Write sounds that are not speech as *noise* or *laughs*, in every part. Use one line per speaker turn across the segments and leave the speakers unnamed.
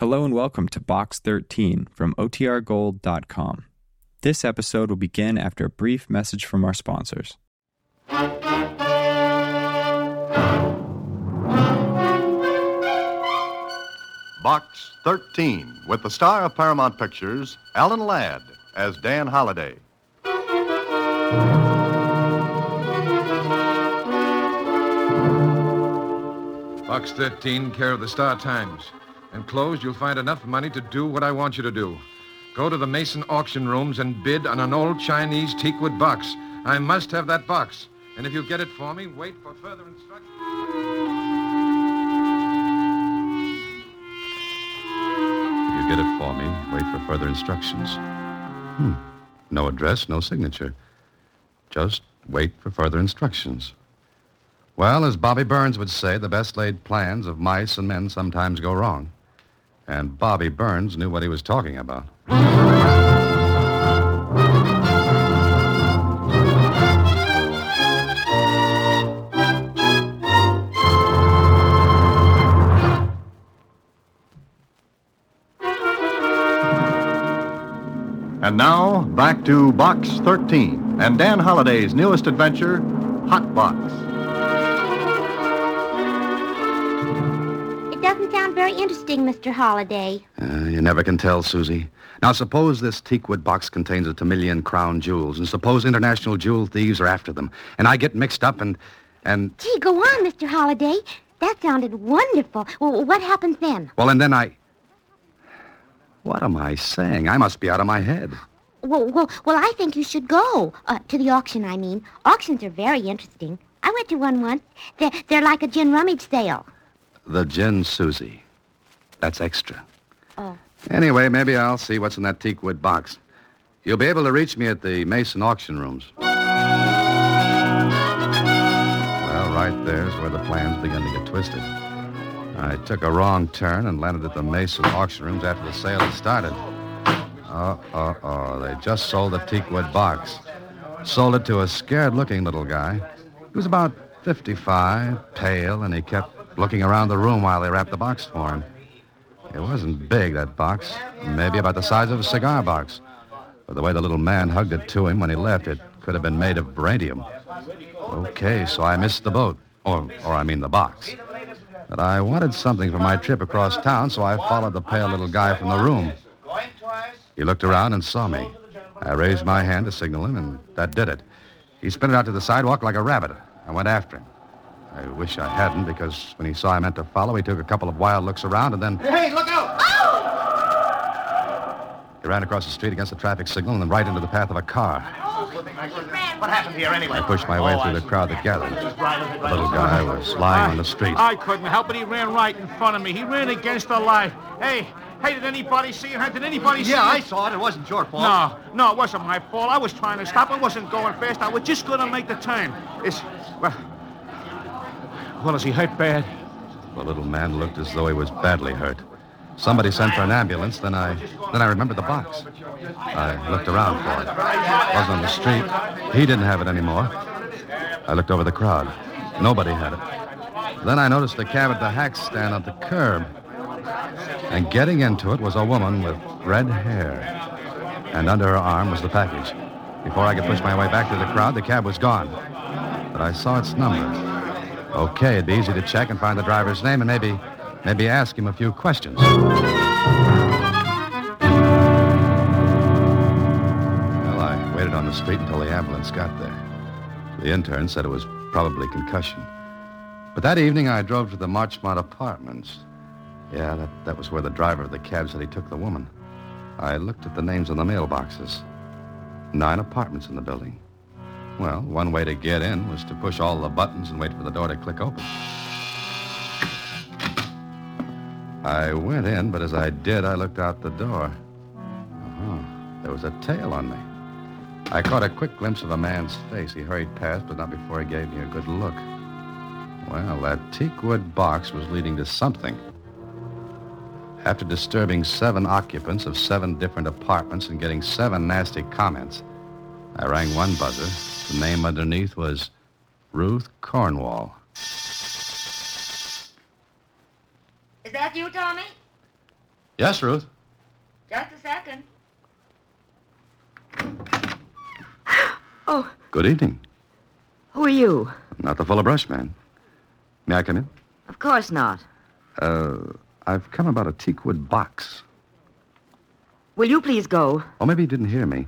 Hello and welcome to Box 13 from OTRGold.com. This episode will begin after a brief message from our sponsors.
Box 13, with the star of Paramount Pictures, Alan Ladd, as Dan Holliday.
Box 13, care of the Star Times. Enclosed, you'll find enough money to do what I want you to do. Go to the Mason auction rooms and bid on an old Chinese teakwood box. I must have that box. And if you get it for me, wait for further instructions.
If you get it for me, wait for further instructions. Hmm. No address, no signature. Just wait for further instructions. Well, as Bobby Burns would say, the best laid plans of mice and men sometimes go wrong. And Bobby Burns knew what he was talking about.
And now, back to Box 13 and Dan Holliday's newest adventure, Hot Box.
It doesn't sound very interesting, Mr. Holliday.
Uh, you never can tell, Susie. Now, suppose this teakwood box contains a Tamilian crown jewels, and suppose international jewel thieves are after them, and I get mixed up and... and...
Gee, go on, Mr. Holliday. That sounded wonderful. Well, what happens then?
Well, and then I... What am I saying? I must be out of my head.
Well, well, well I think you should go. Uh, to the auction, I mean. Auctions are very interesting. I went to one once. They're, they're like a gin rummage sale.
The gin, Susie. That's extra.
Oh.
Anyway, maybe I'll see what's in that teakwood box. You'll be able to reach me at the Mason auction rooms. Well, right there's where the plans begin to get twisted. I took a wrong turn and landed at the Mason auction rooms after the sale had started. Oh, oh, oh, they just sold the teakwood box. Sold it to a scared-looking little guy. He was about 55, pale, and he kept looking around the room while they wrapped the box for him. It wasn't big, that box. Maybe about the size of a cigar box. But the way the little man hugged it to him when he left, it could have been made of radium. Okay, so I missed the boat. Or, or I mean the box. But I wanted something for my trip across town, so I followed the pale little guy from the room.
Going twice.
He looked around and saw me. I raised my hand to signal him, and that did it. He sprinted out to the sidewalk like a rabbit. I went after him. I wish I hadn't, because when he saw I meant to follow, he took a couple of wild looks around and then...
Hey, look out!
Oh! He ran across the street against the traffic signal and then right into the path of a car.
What happened here anyway?
I pushed my
Oh,
way through the crowd that gathered. The little guy was lying on the street.
I couldn't help it. He ran right in front of me. He ran against the light. Hey, hey, did anybody see him? Did anybody see
Yeah, I
him?
saw it. It wasn't your fault.
No, no, it wasn't my fault. I was trying to stop. I wasn't going fast. I was just going to make the turn. It's, well, well, is he hurt bad?
The little man looked as though he was badly hurt. Somebody sent for an ambulance, then I then I remembered the box. I looked around for it. It wasn't on the street. He didn't have it anymore. I looked over the crowd. Nobody had it. Then I noticed the cab at the hack stand at the curb. And getting into it was a woman with red hair. And under her arm was the package. Before I could push my way back through the crowd, the cab was gone. But I saw its number. Okay, it'd be easy to check and find the driver's name and maybe maybe ask him a few questions. Well, I waited on the street until the ambulance got there. The intern said it was probably concussion. But that evening I drove to the Marchmont Apartments. Yeah, that, that was where the driver of the cab said he took the woman. I looked at the names on the mailboxes. Nine apartments in the building. Well, one way to get in was to push all the buttons and wait for the door to click open. I went in, but as I did, I looked out the door. Uh-huh. There was a tail on me. I caught a quick glimpse of a man's face. He hurried past, but not before he gave me a good look. Well, that teakwood box was leading to something. After disturbing seven occupants of seven different apartments and getting seven nasty comments, I rang one buzzer. The name underneath was Ruth Cornwall.
Is that you, Tommy?
Yes, Ruth.
Just a second.
Oh,
Good evening.
who are you?
Not the fuller brush man. May I come in?
Of course not.
Uh, I've come about a teakwood box.
Will you please go?
Or maybe you didn't hear me.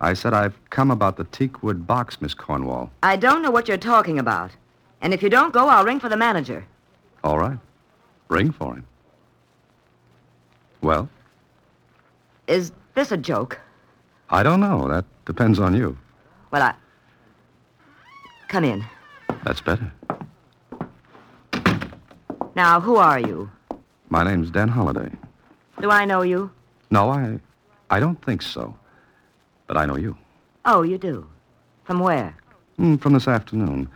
I said I've come about the teakwood box, Miss Cornwall.
I don't know what you're talking about. And if you don't go, I'll ring for the manager.
All right. Ring for him. Well,
Is this a joke?
I don't know. That depends on you.
Well, I. Come in.
That's better.
Now, who are you?
My name's Dan Holliday.
Do I know you?
No, I I don't think so. But I know you.
Oh, you do. From where?
Mm, from this afternoon,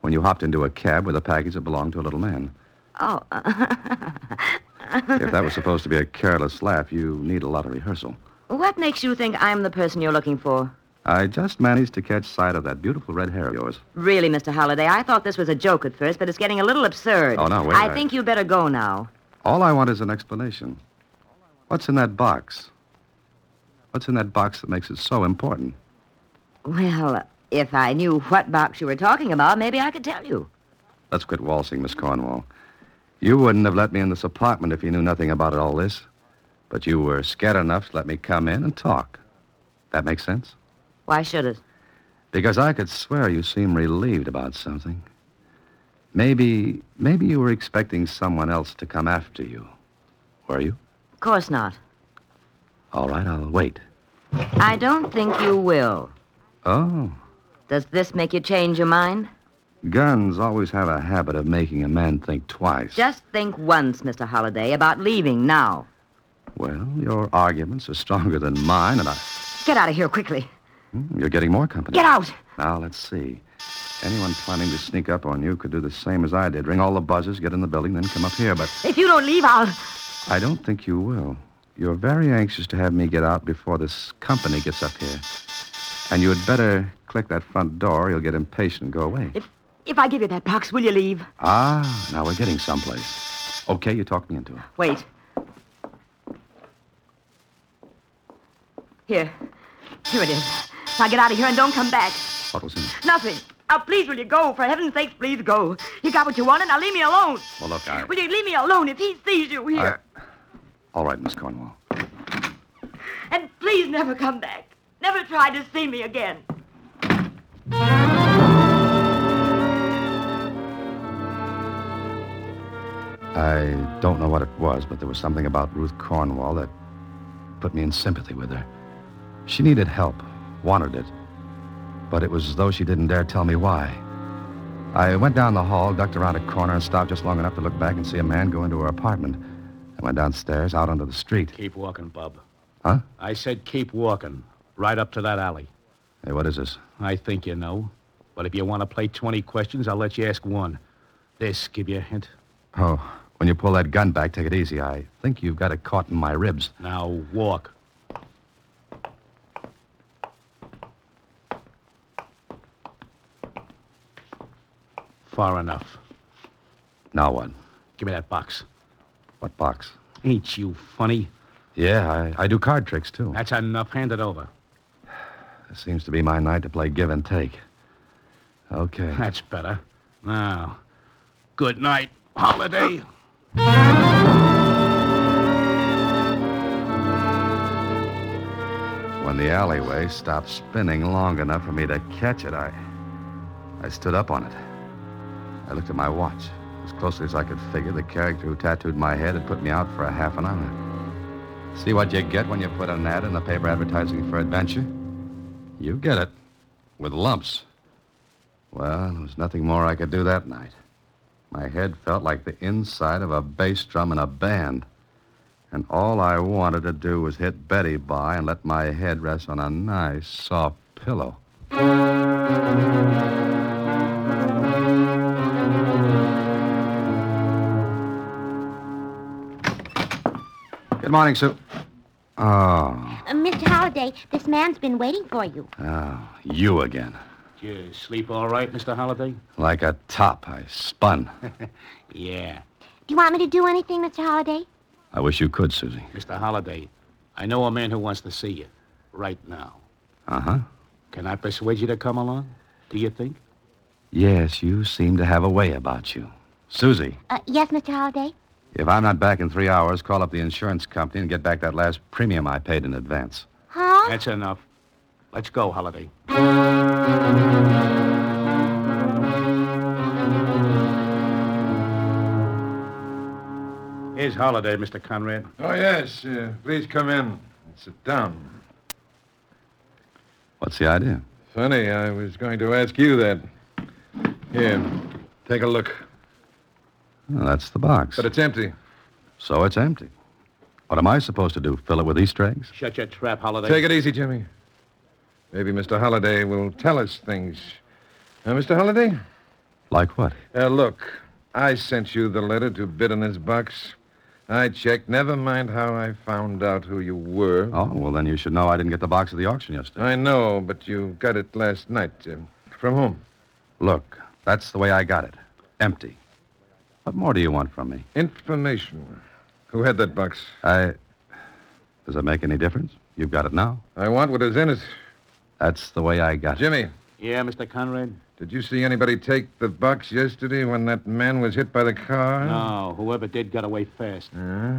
when you hopped into a cab with a package that belonged to a little man.
Oh,
if that was supposed to be a careless laugh, you need a lot of rehearsal.
what makes you think I'm the person you're looking for?
I just managed to catch sight of that beautiful red hair of yours.
Really, Mr. Holliday, I thought this was a joke at first, but it's getting a little absurd.
Oh, now, wait,
I
I-
think you'd better go now.
All I want is an explanation. What's in that box? What's in that box that makes it so important?
Well, if I knew what box you were talking about, maybe I could tell you.
Let's quit waltzing, Miss Cornwall. You wouldn't have let me in this apartment if you knew nothing about all this. But you were scared enough to let me come in and talk. That makes sense?
Why should it?
Because I could swear you seem relieved about something. Maybe, maybe you were expecting someone else to come after you. Were you?
Of course not.
All right, I'll wait.
I don't think you will.
Oh,
Does this make you change your mind?
guns always have a habit of making a man think twice.
Just think once, Mr. Holliday, about leaving now.
Well, your arguments are stronger than mine, and I.
Get out of here quickly.
Hmm, You're getting more company.
Get out.
Now, let's see. Anyone planning to sneak up on you could do the same as I did. Ring all the buzzers, get in the building, then come up here. But
If you don't leave, I'll.
I don't think you will. You're very anxious to have me get out before this company gets up here. And you had better click that front door. You'll get impatient and go away.
If if I give you that box, will you leave?
Ah, now we're getting someplace. Okay, you talked me into it.
Wait. Here. Here it is. Now get out of here and don't come back.
What was in it?
Nothing. Now, please, will you go? For heaven's sake, please go. You got what you wanted. Now leave me alone.
Well, look, I.
Will you leave me alone if he sees you
I-
here?
All right, Miss Cornwall.
And please never come back. Never try to see me again.
I don't know what it was, but there was something about Ruth Cornwall that put me in sympathy with her. She needed help, wanted it, but it was as though she didn't dare tell me why. I went down the hall, ducked around a corner, and stopped just long enough to look back and see a man go into her apartment. I went downstairs, out onto the street.
Keep walking, Bub.
Huh?
I said keep walking. Right up to that alley.
Hey, what is this?
I think you know. But if you want to play 20 questions, I'll let you ask one. This give you a hint.
Oh, when you pull that gun back, take it easy. I think you've got it caught in my ribs.
Now walk. Far enough.
Now what?
Give me that box.
What box?
Ain't you funny?
Yeah, I, I do card tricks, too.
That's enough. Hand it over.
This seems to be my night to play give and take. Okay.
That's better. Now, good night, holiday.
When the alleyway stopped spinning long enough for me to catch it, I. I stood up on it. I looked at my watch. As closely as I could figure, the character who tattooed my head had put me out for a half an hour. See what you get when you put an ad in the paper advertising for adventure? You get it. With lumps. Well, there was nothing more I could do that night. My head felt like the inside of a bass drum in a band. And all I wanted to do was hit Betty by and let my head rest on a nice, soft pillow. Good morning, Sue. Oh,
Uh, Mr. Holliday, this man's been waiting for you.
oh, you again.
*gasps* Did you sleep all right, Mr. Holliday?
Like a top, I spun.
Yeah.
Do you want me to do anything, Mr. Holliday?
I wish you could, Susie.
Mr. Holliday, I know a man who wants to see you right now.
Uh
Uh-huh.
huh.
Can I persuade you to come along? Do you think?
Yes, you seem to have a way about you. Susie,
Uh, yes, Mr. Holliday?
if I'm not back in three hours, call up the insurance company and get back that last premium I paid in advance.
Huh?
That's enough. Let's go, Holliday. Here's Holliday, Mr. Conrad.
Oh, yes. Uh, please come in. Sit down.
What's the idea?
Funny, I was going to ask you that. Here, take a look.
Well, that's the box.
But it's empty.
So it's empty. What am I supposed to do? Fill it with Easter eggs?
Shut your trap, Holliday.
Take it easy, Jimmy. Maybe Mr. Holliday will tell us things. Now, Mr. Holliday?
Like what?
Uh, look, I sent you the letter to bid on this box. I checked. Never mind how I found out who you were.
Oh, well, then you should know I didn't get the box at the auction yesterday.
I know, but you got it last night. Uh, from whom?
Look, that's the way I got it. Empty. What more do you want from me?
Information. Who had that box?
I. Does it make any difference? You've got it now.
I want what is in it.
That's the way I got it.
Jimmy,
Yeah, Mr. Conrad?
did you see anybody take the box yesterday when that man was hit by the car?
No, whoever did got away fast.
Hmm.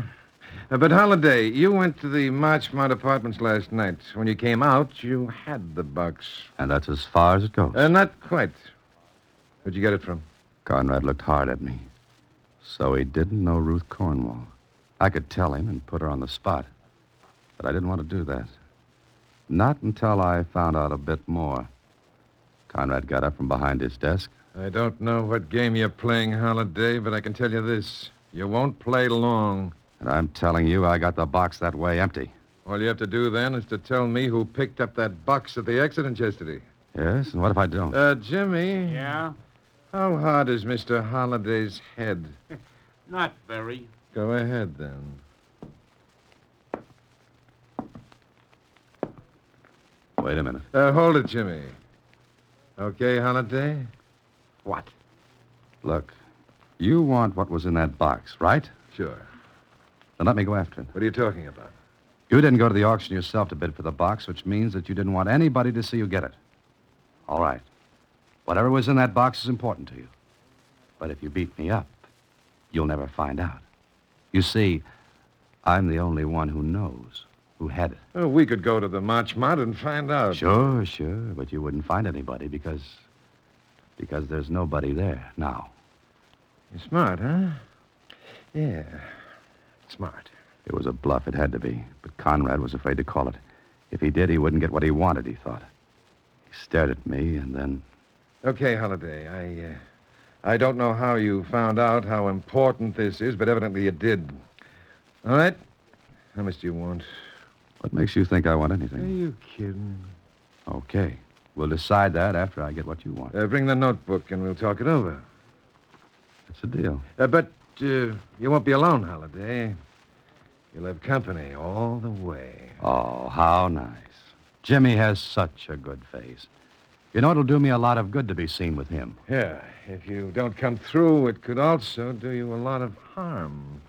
Uh, but Holiday, you went to the Marchmont Apartments last night. When you came out, you had the box.
And that's as far as it goes.
Uh, not quite. Where'd you get it from?
Conrad looked hard at me. So he didn't know Ruth Cornwall. I could tell him and put her on the spot. But I didn't want to do that. Not until I found out a bit more. Conrad got up from behind his desk.
I don't know what game you're playing, Holiday, but I can tell you this. You won't play long.
And I'm telling you, I got the box that way empty.
All you have to do then is to tell me who picked up that box at the accident yesterday.
Yes, and what if I don't?
Uh, Jimmy,
Yeah?
how hard is Mr. Holliday's head?
Not very.
Go ahead, then.
Wait a minute.
Uh, hold it, Jimmy. Okay, Holiday?
What?
Look, you want what was in that box, right?
Sure.
Then let me go after it.
What are you talking about?
You didn't go to the auction yourself to bid for the box, which means that you didn't want anybody to see you get it. All right. Whatever was in that box is important to you. But if you beat me up, you'll never find out. You see, I'm the only one who knows who had it.
Oh, we could go to the Marchmont and find out.
Sure, sure, but you wouldn't find anybody because. because there's nobody there now.
You're smart, huh? Yeah. Smart.
It was a bluff. It had to be. But Conrad was afraid to call it. If he did, he wouldn't get what he wanted, he thought. He stared at me, and then.
Okay, Holiday. I, uh, I don't know how you found out how important this is, but evidently you did. All right. How much do you want?
What makes you think I want anything?
you kidding?
Okay. We'll decide that after I get what you want.
Uh, bring the notebook and we'll talk it over.
It's a deal.
Uh, but uh, you won't be alone, Holiday. You'll have company all the way.
Oh, how nice. Jimmy has such a good face. You know, it'll do me a lot of good to be seen with him.
Yeah. If you don't come through, it could also do you a lot of harm.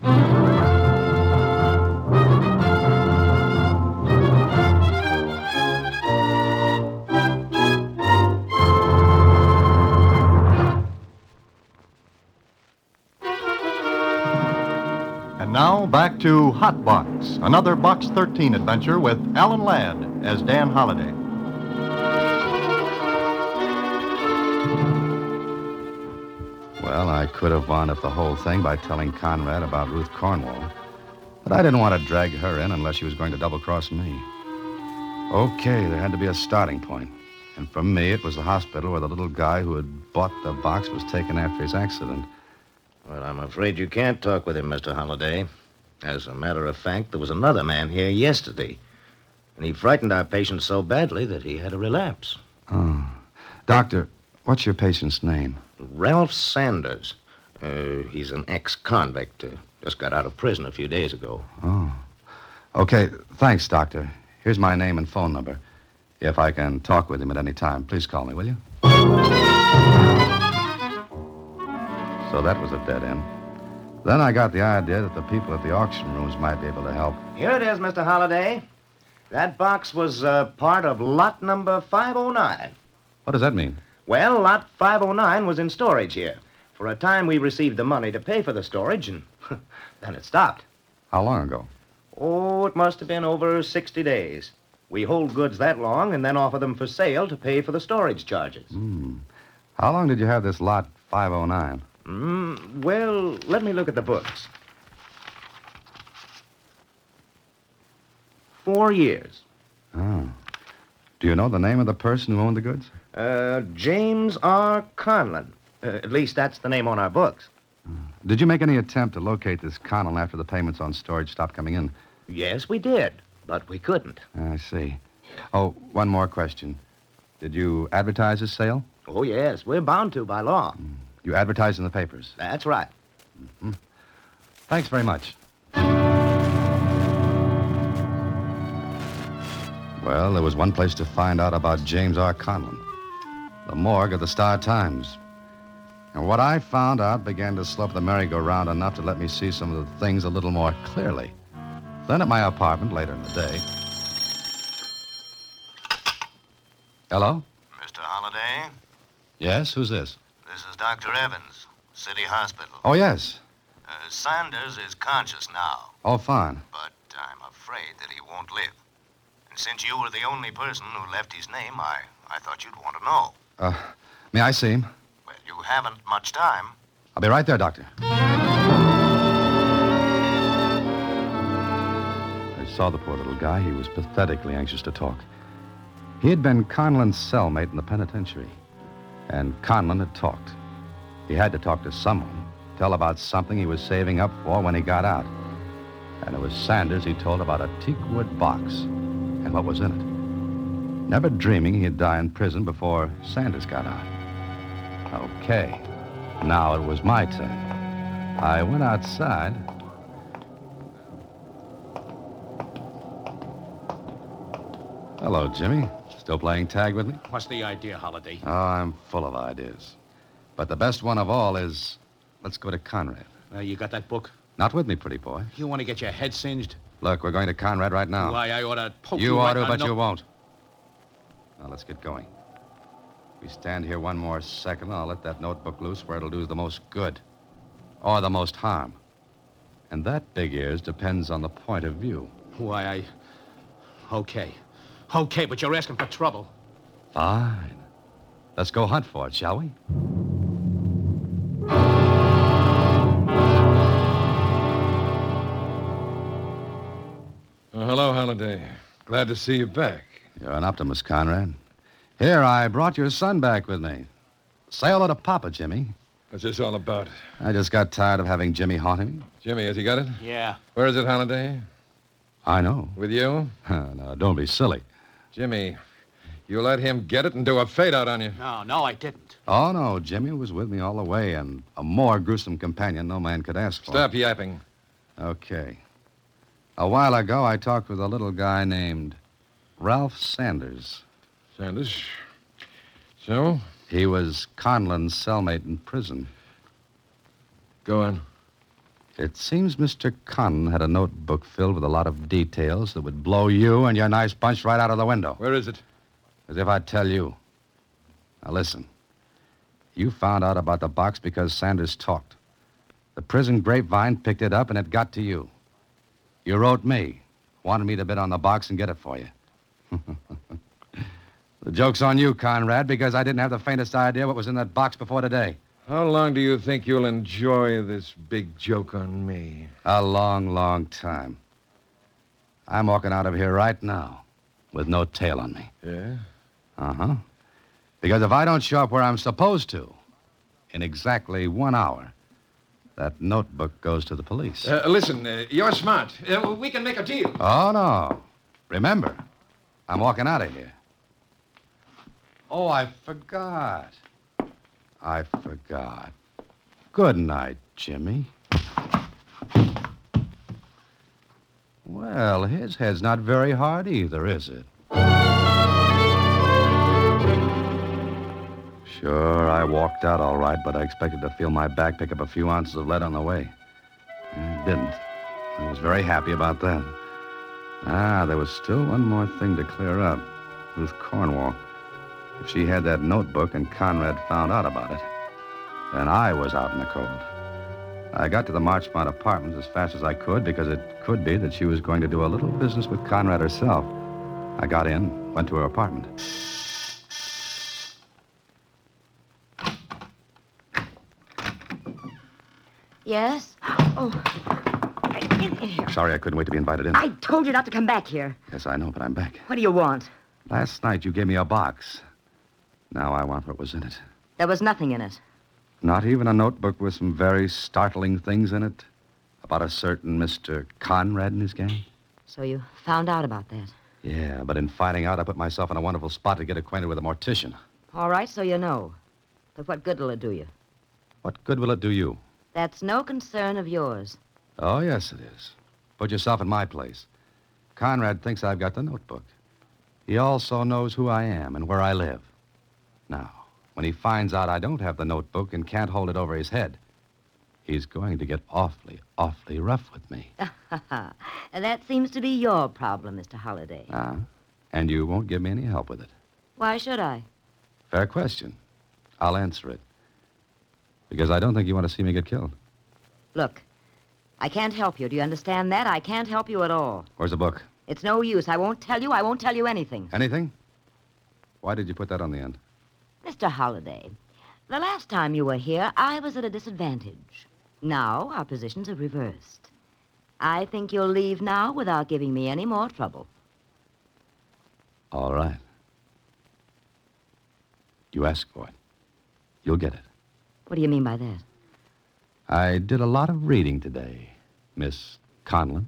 And now back to Hot Box, another Box 13 adventure with Alan Ladd as Dan Holliday.
Well, I could have wound up the whole thing by telling Conrad about Ruth Cornwall, but I didn't want to drag her in unless she was going to double cross me. Okay, there had to be a starting point. And for me, it was the hospital where the little guy who had bought the box was taken after his accident.
Well, I'm afraid you can't talk with him, Mr. Holliday. As a matter of fact, there was another man here yesterday, and he frightened our patient so badly that he had a relapse.
Oh. Doctor, what's your patient's name?
Ralph Sanders. Uh, he's an ex convict. Uh, just got out of prison a few days ago.
Oh. Okay, thanks, Doctor. Here's my name and phone number. If I can talk with him at any time, please call me, will you? So that was a dead end. Then I got the idea that the people at the auction rooms might be able to help.
Here it is, Mr. Holliday. That box was uh, part of lot number 509.
What does that mean?
Well, lot 509 was in storage here. For a time, we received the money to pay for the storage, and *laughs* then it stopped.
How long ago?
Oh, it must have been over 60 days. We hold goods that long and then offer them for sale to pay for the storage charges.
Hmm. How long did you have this lot 509?
Mm, well, let me look at the books. Four years.
Oh. Do you know the name of the person who owned the goods?
Uh, James R. Conlon. Uh, at least that's the name on our books.
Did you make any attempt to locate this Connell after the payments on storage stopped coming in?
Yes, we did, but we couldn't.
I see. Oh, one more question. Did you advertise this sale?
Oh, yes, we're bound to by law.
You advertised in the papers.
That's right.
Thanks very much. Well, there was one place to find out about James R. Conlon the morgue of the Star Times. And what I found out began to slope the merry-go-round enough to let me see some of the things a little more clearly. Then at my apartment later in the day. Hello?
Mr. Holliday,
Yes, who's this?
this is Dr. Evans, City Hospital.
Oh, yes.
Uh, Sanders is conscious now,
Oh, fine.
but I'm afraid that he won't live. And since you were the only person who left his name, I, I thought you'd want to know.
Uh, may I see him?
Well, you haven't much time.
I'll be right there, Doctor. I saw the poor little guy. He was pathetically anxious to talk. He had been Conlon's cellmate in the penitentiary, and Conlon had talked. He had to talk to someone, tell about something he was saving up for when he got out. And it was Sanders he told about a teakwood box and what was in it. Never dreaming he'd die in prison before Sanders got out. Okay. Now it was my turn. I went outside. Hello, Jimmy. Still playing tag with me?
What's the idea, Holiday?
Oh, I'm full of ideas. But the best one of all is let's go to Conrad.
Uh, you got that book?
Not with me, pretty boy.
You want to get your head singed?
Look, we're going to Conrad right now.
Why, I ought to poke you.
you ought
right
to,
now.
but
No-
you won't. Now let's get going. We stand here one more second, I'll let that notebook loose where it'll do the most good or the most harm. And that, Big Ears, depends on the point of view.
Why, I. Okay. Okay, but you're asking for trouble.
Fine. Let's go hunt for it, shall we?
Uh, hello, Halliday. Glad to see you back.
You're an optimist, Conrad. Here, I brought your son back with me. Say hello to Papa, Jimmy.
What's this all about?
I just got tired of having Jimmy haunting me.
Jimmy, has he got it?
Yeah.
Where is it, Halliday?
I know. *laughs*
With you?
now, don't be silly.
Jimmy, you let him get it and do a fade out on you.
No, no, I didn't.
Oh, no, Jimmy was with me all the way, and a more gruesome companion no man could ask for.
Stop yapping.
Okay. A while ago, I talked with a little guy named Ralph Sanders.
Sanders. So?
He was Conlon's cellmate in prison.
Go on.
It seems Mr. Conlon had a notebook filled with a lot of details that would blow you and your nice bunch right out of the window.
Where is it?
As if I'd tell you. Now, listen. You found out about the box because Sanders talked. The prison grapevine picked it up and it got to you. You wrote me, wanted me to bid on the box and get it for you. *laughs* the joke's on you, Conrad, because I didn't have the faintest idea what was in that box before today.
How long do you think you'll enjoy this big joke on me?
A long, long time. I'm walking out of here right now with no tail on me.
Yeah?
Uh huh. Because if I don't show up where I'm supposed to, in exactly one hour, that notebook goes to the police.
Uh, listen, uh, you're smart. Uh, we can make a deal.
Oh, no. Remember, I'm walking out of here. Oh, I forgot. I forgot. Good night, Jimmy. Well, his head's not very hard either, is it? Sure, I walked out all right, but I expected to feel my back pick up a few ounces of lead on the way. didn't. I was very happy about that. Ah, there was still one more thing to clear up Ruth Cornwall. If she had that notebook and Conrad found out about it, then I was out in the cold. I got to the Marchmont Apartments as fast as I could because it could be that she was going to do a little business with Conrad herself. I got in, went to her apartment.
Yes? Oh. In here.
Sorry I couldn't wait to be invited in.
I told you not to come back here.
Yes, I know, but I'm back.
What do you want?
Last night you gave me a box. Now I want what was in it.
There was nothing in it.
Not even a notebook with some very startling things in it about a certain Mr. Conrad and his gang.
So you found out about that.
Yeah, but in finding out, I put myself in a wonderful spot to get acquainted with a mortician.
All right, so you know. But what good will it do you?
What good will it do you?
That's no concern of yours. *laughs*
Oh, yes, it is. Put yourself in my place. Conrad thinks I've got the notebook. He also knows who I am and where I live. Now, when he finds out I don't have the notebook and can't hold it over his head, he's going to get awfully, awfully rough with me.
that seems to be your problem, Mr. Holliday.
Ah, and you won't give me any help with it.
Why should I?
Fair question. I'll answer it. Because I don't think you want to see me get killed.
Look, I can't help you. Do you understand that? I can't help you at all.
Where's the book?
It's no use. I won't tell you. I won't tell you anything.
Anything? Why did you put that on the end?
Mr. Holliday, the last time you were here, I was at a disadvantage. Now our positions are reversed. I think you'll leave now without giving me any more trouble.
All right. You asked for it. You'll get it.
What do you mean by that?
I did a lot of reading today, Miss Conlon.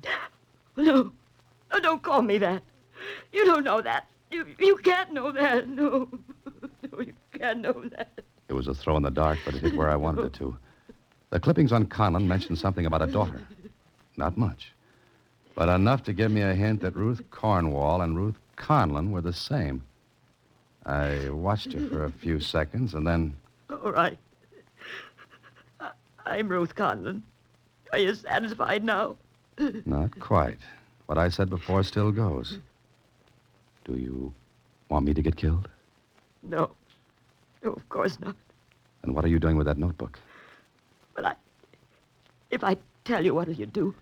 No. No, don't call me that. You don't know that. You, you can't know that. No. *laughs* No, you can't know that.
It was a throw in the dark, but it hit where I wanted it to. The clippings on Conlon mentioned something about a daughter. Not much, but enough to give me a hint that Ruth Cornwall and Ruth Conlon were the same. I watched her for a few seconds, and then
All right. I- I'm Ruth Conlon. Are you satisfied now?
not quite. What I said before still goes. Do you want me to get killed?
No. No, of course not.
And what are you doing with that notebook?
But I. If I tell you, what'll you do?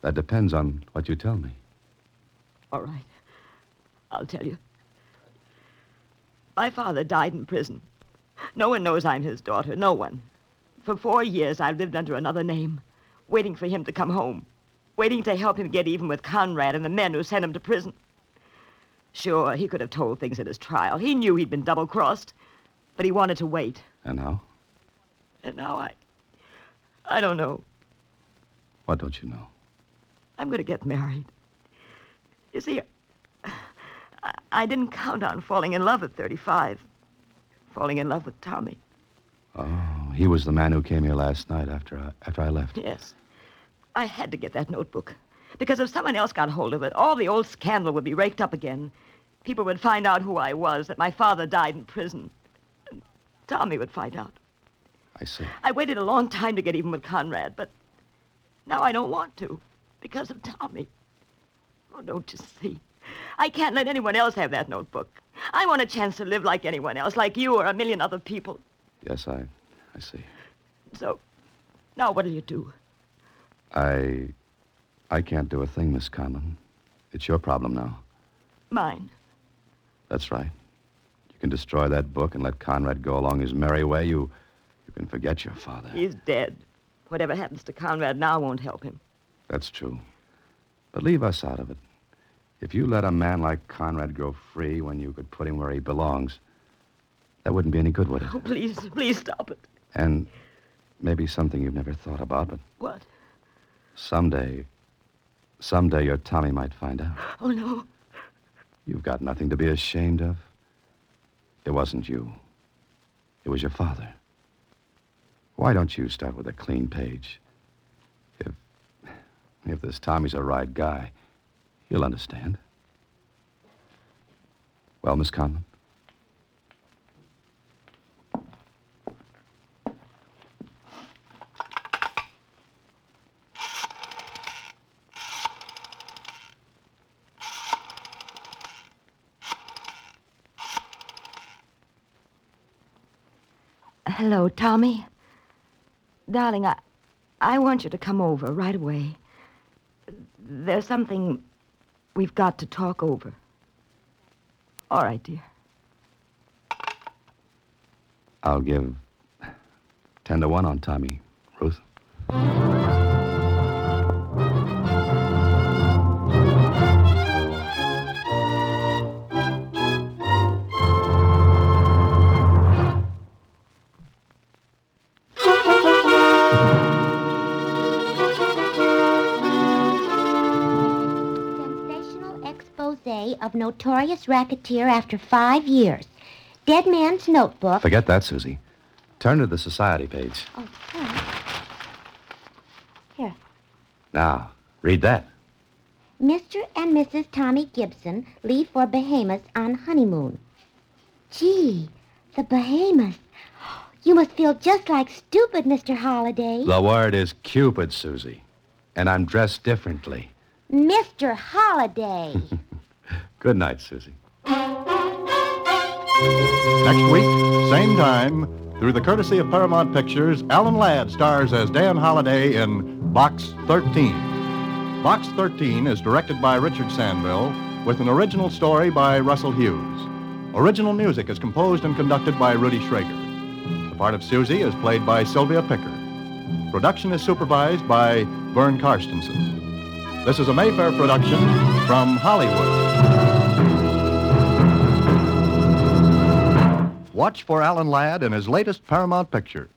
That depends on what you tell me.
All right. I'll tell you. My father died in prison. No one knows I'm his daughter. No one. For four years, I've lived under another name, waiting for him to come home, waiting to help him get even with Conrad and the men who sent him to prison. Sure, he could have told things at his trial. He knew he'd been double crossed, but he wanted to wait.
And how?
And now I. I don't know.
What don't you know?
I'm going to get married. You see, I, I didn't count on falling in love at 35, falling in love with Tommy.
Oh, he was the man who came here last night after I, after I left.
Yes. I had to get that notebook. Because if someone else got hold of it, all the old scandal would be raked up again. People would find out who I was, that my father died in prison. And Tommy would find out.
I see.
I waited a long time to get even with Conrad, but now I don't want to because of Tommy. Oh, don't you see? I can't let anyone else have that notebook. I want a chance to live like anyone else, like you or a million other people.
Yes, I, I see.
So, now what'll you do?
I, I can't do a thing, Miss Conlon. It's your problem now.
Mine.
That's right. You can destroy that book and let Conrad go along his merry way. You, you can forget your father.
He's dead. Whatever happens to Conrad now won't help him.
That's true. But leave us out of it. If you let a man like Conrad go free when you could put him where he belongs, that wouldn't be any good, would it?
Oh, please, please stop it.
And maybe something you've never thought about, but
What?
someday, someday your Tommy might find out.
Oh, no.
You've got nothing to be ashamed of. It wasn't you. It was your father. Why don't you start with a clean page? If if this Tommy's a right guy, he'll understand. Well, Miss Conlon?
hello, Tommy. Darling, I, I want you to come over right away. There's something we've got to talk over. All right, dear.
I'll give 10 to 1 on Tommy. Ruth?
Expose of notorious racketeer after five years. Dead man's notebook.
Forget that, Susie. Turn to the society page.
Oh, sorry. Here.
Now, read that.
Mr. and Mrs. Tommy Gibson leave for Bahamas on honeymoon. Gee, the Bahamas. *gasps* You must feel just like stupid, Mr. Holliday.
The word is Cupid, Susie. And I'm dressed differently.
Mr. Holliday. *laughs*
Good night, Susie.
Next week, same time, through the courtesy of Paramount Pictures, Alan Ladd stars as Dan Holliday in Box 13. Box 13 is directed by Richard Sandville with an original story by Russell Hughes. Original music is composed and conducted by Rudy Schrager. The part of Susie is played by Sylvia Picker. Production is supervised by Vern Karstensen. This is a Mayfair production from Hollywood. Watch for Alan Ladd in his latest Paramount picture.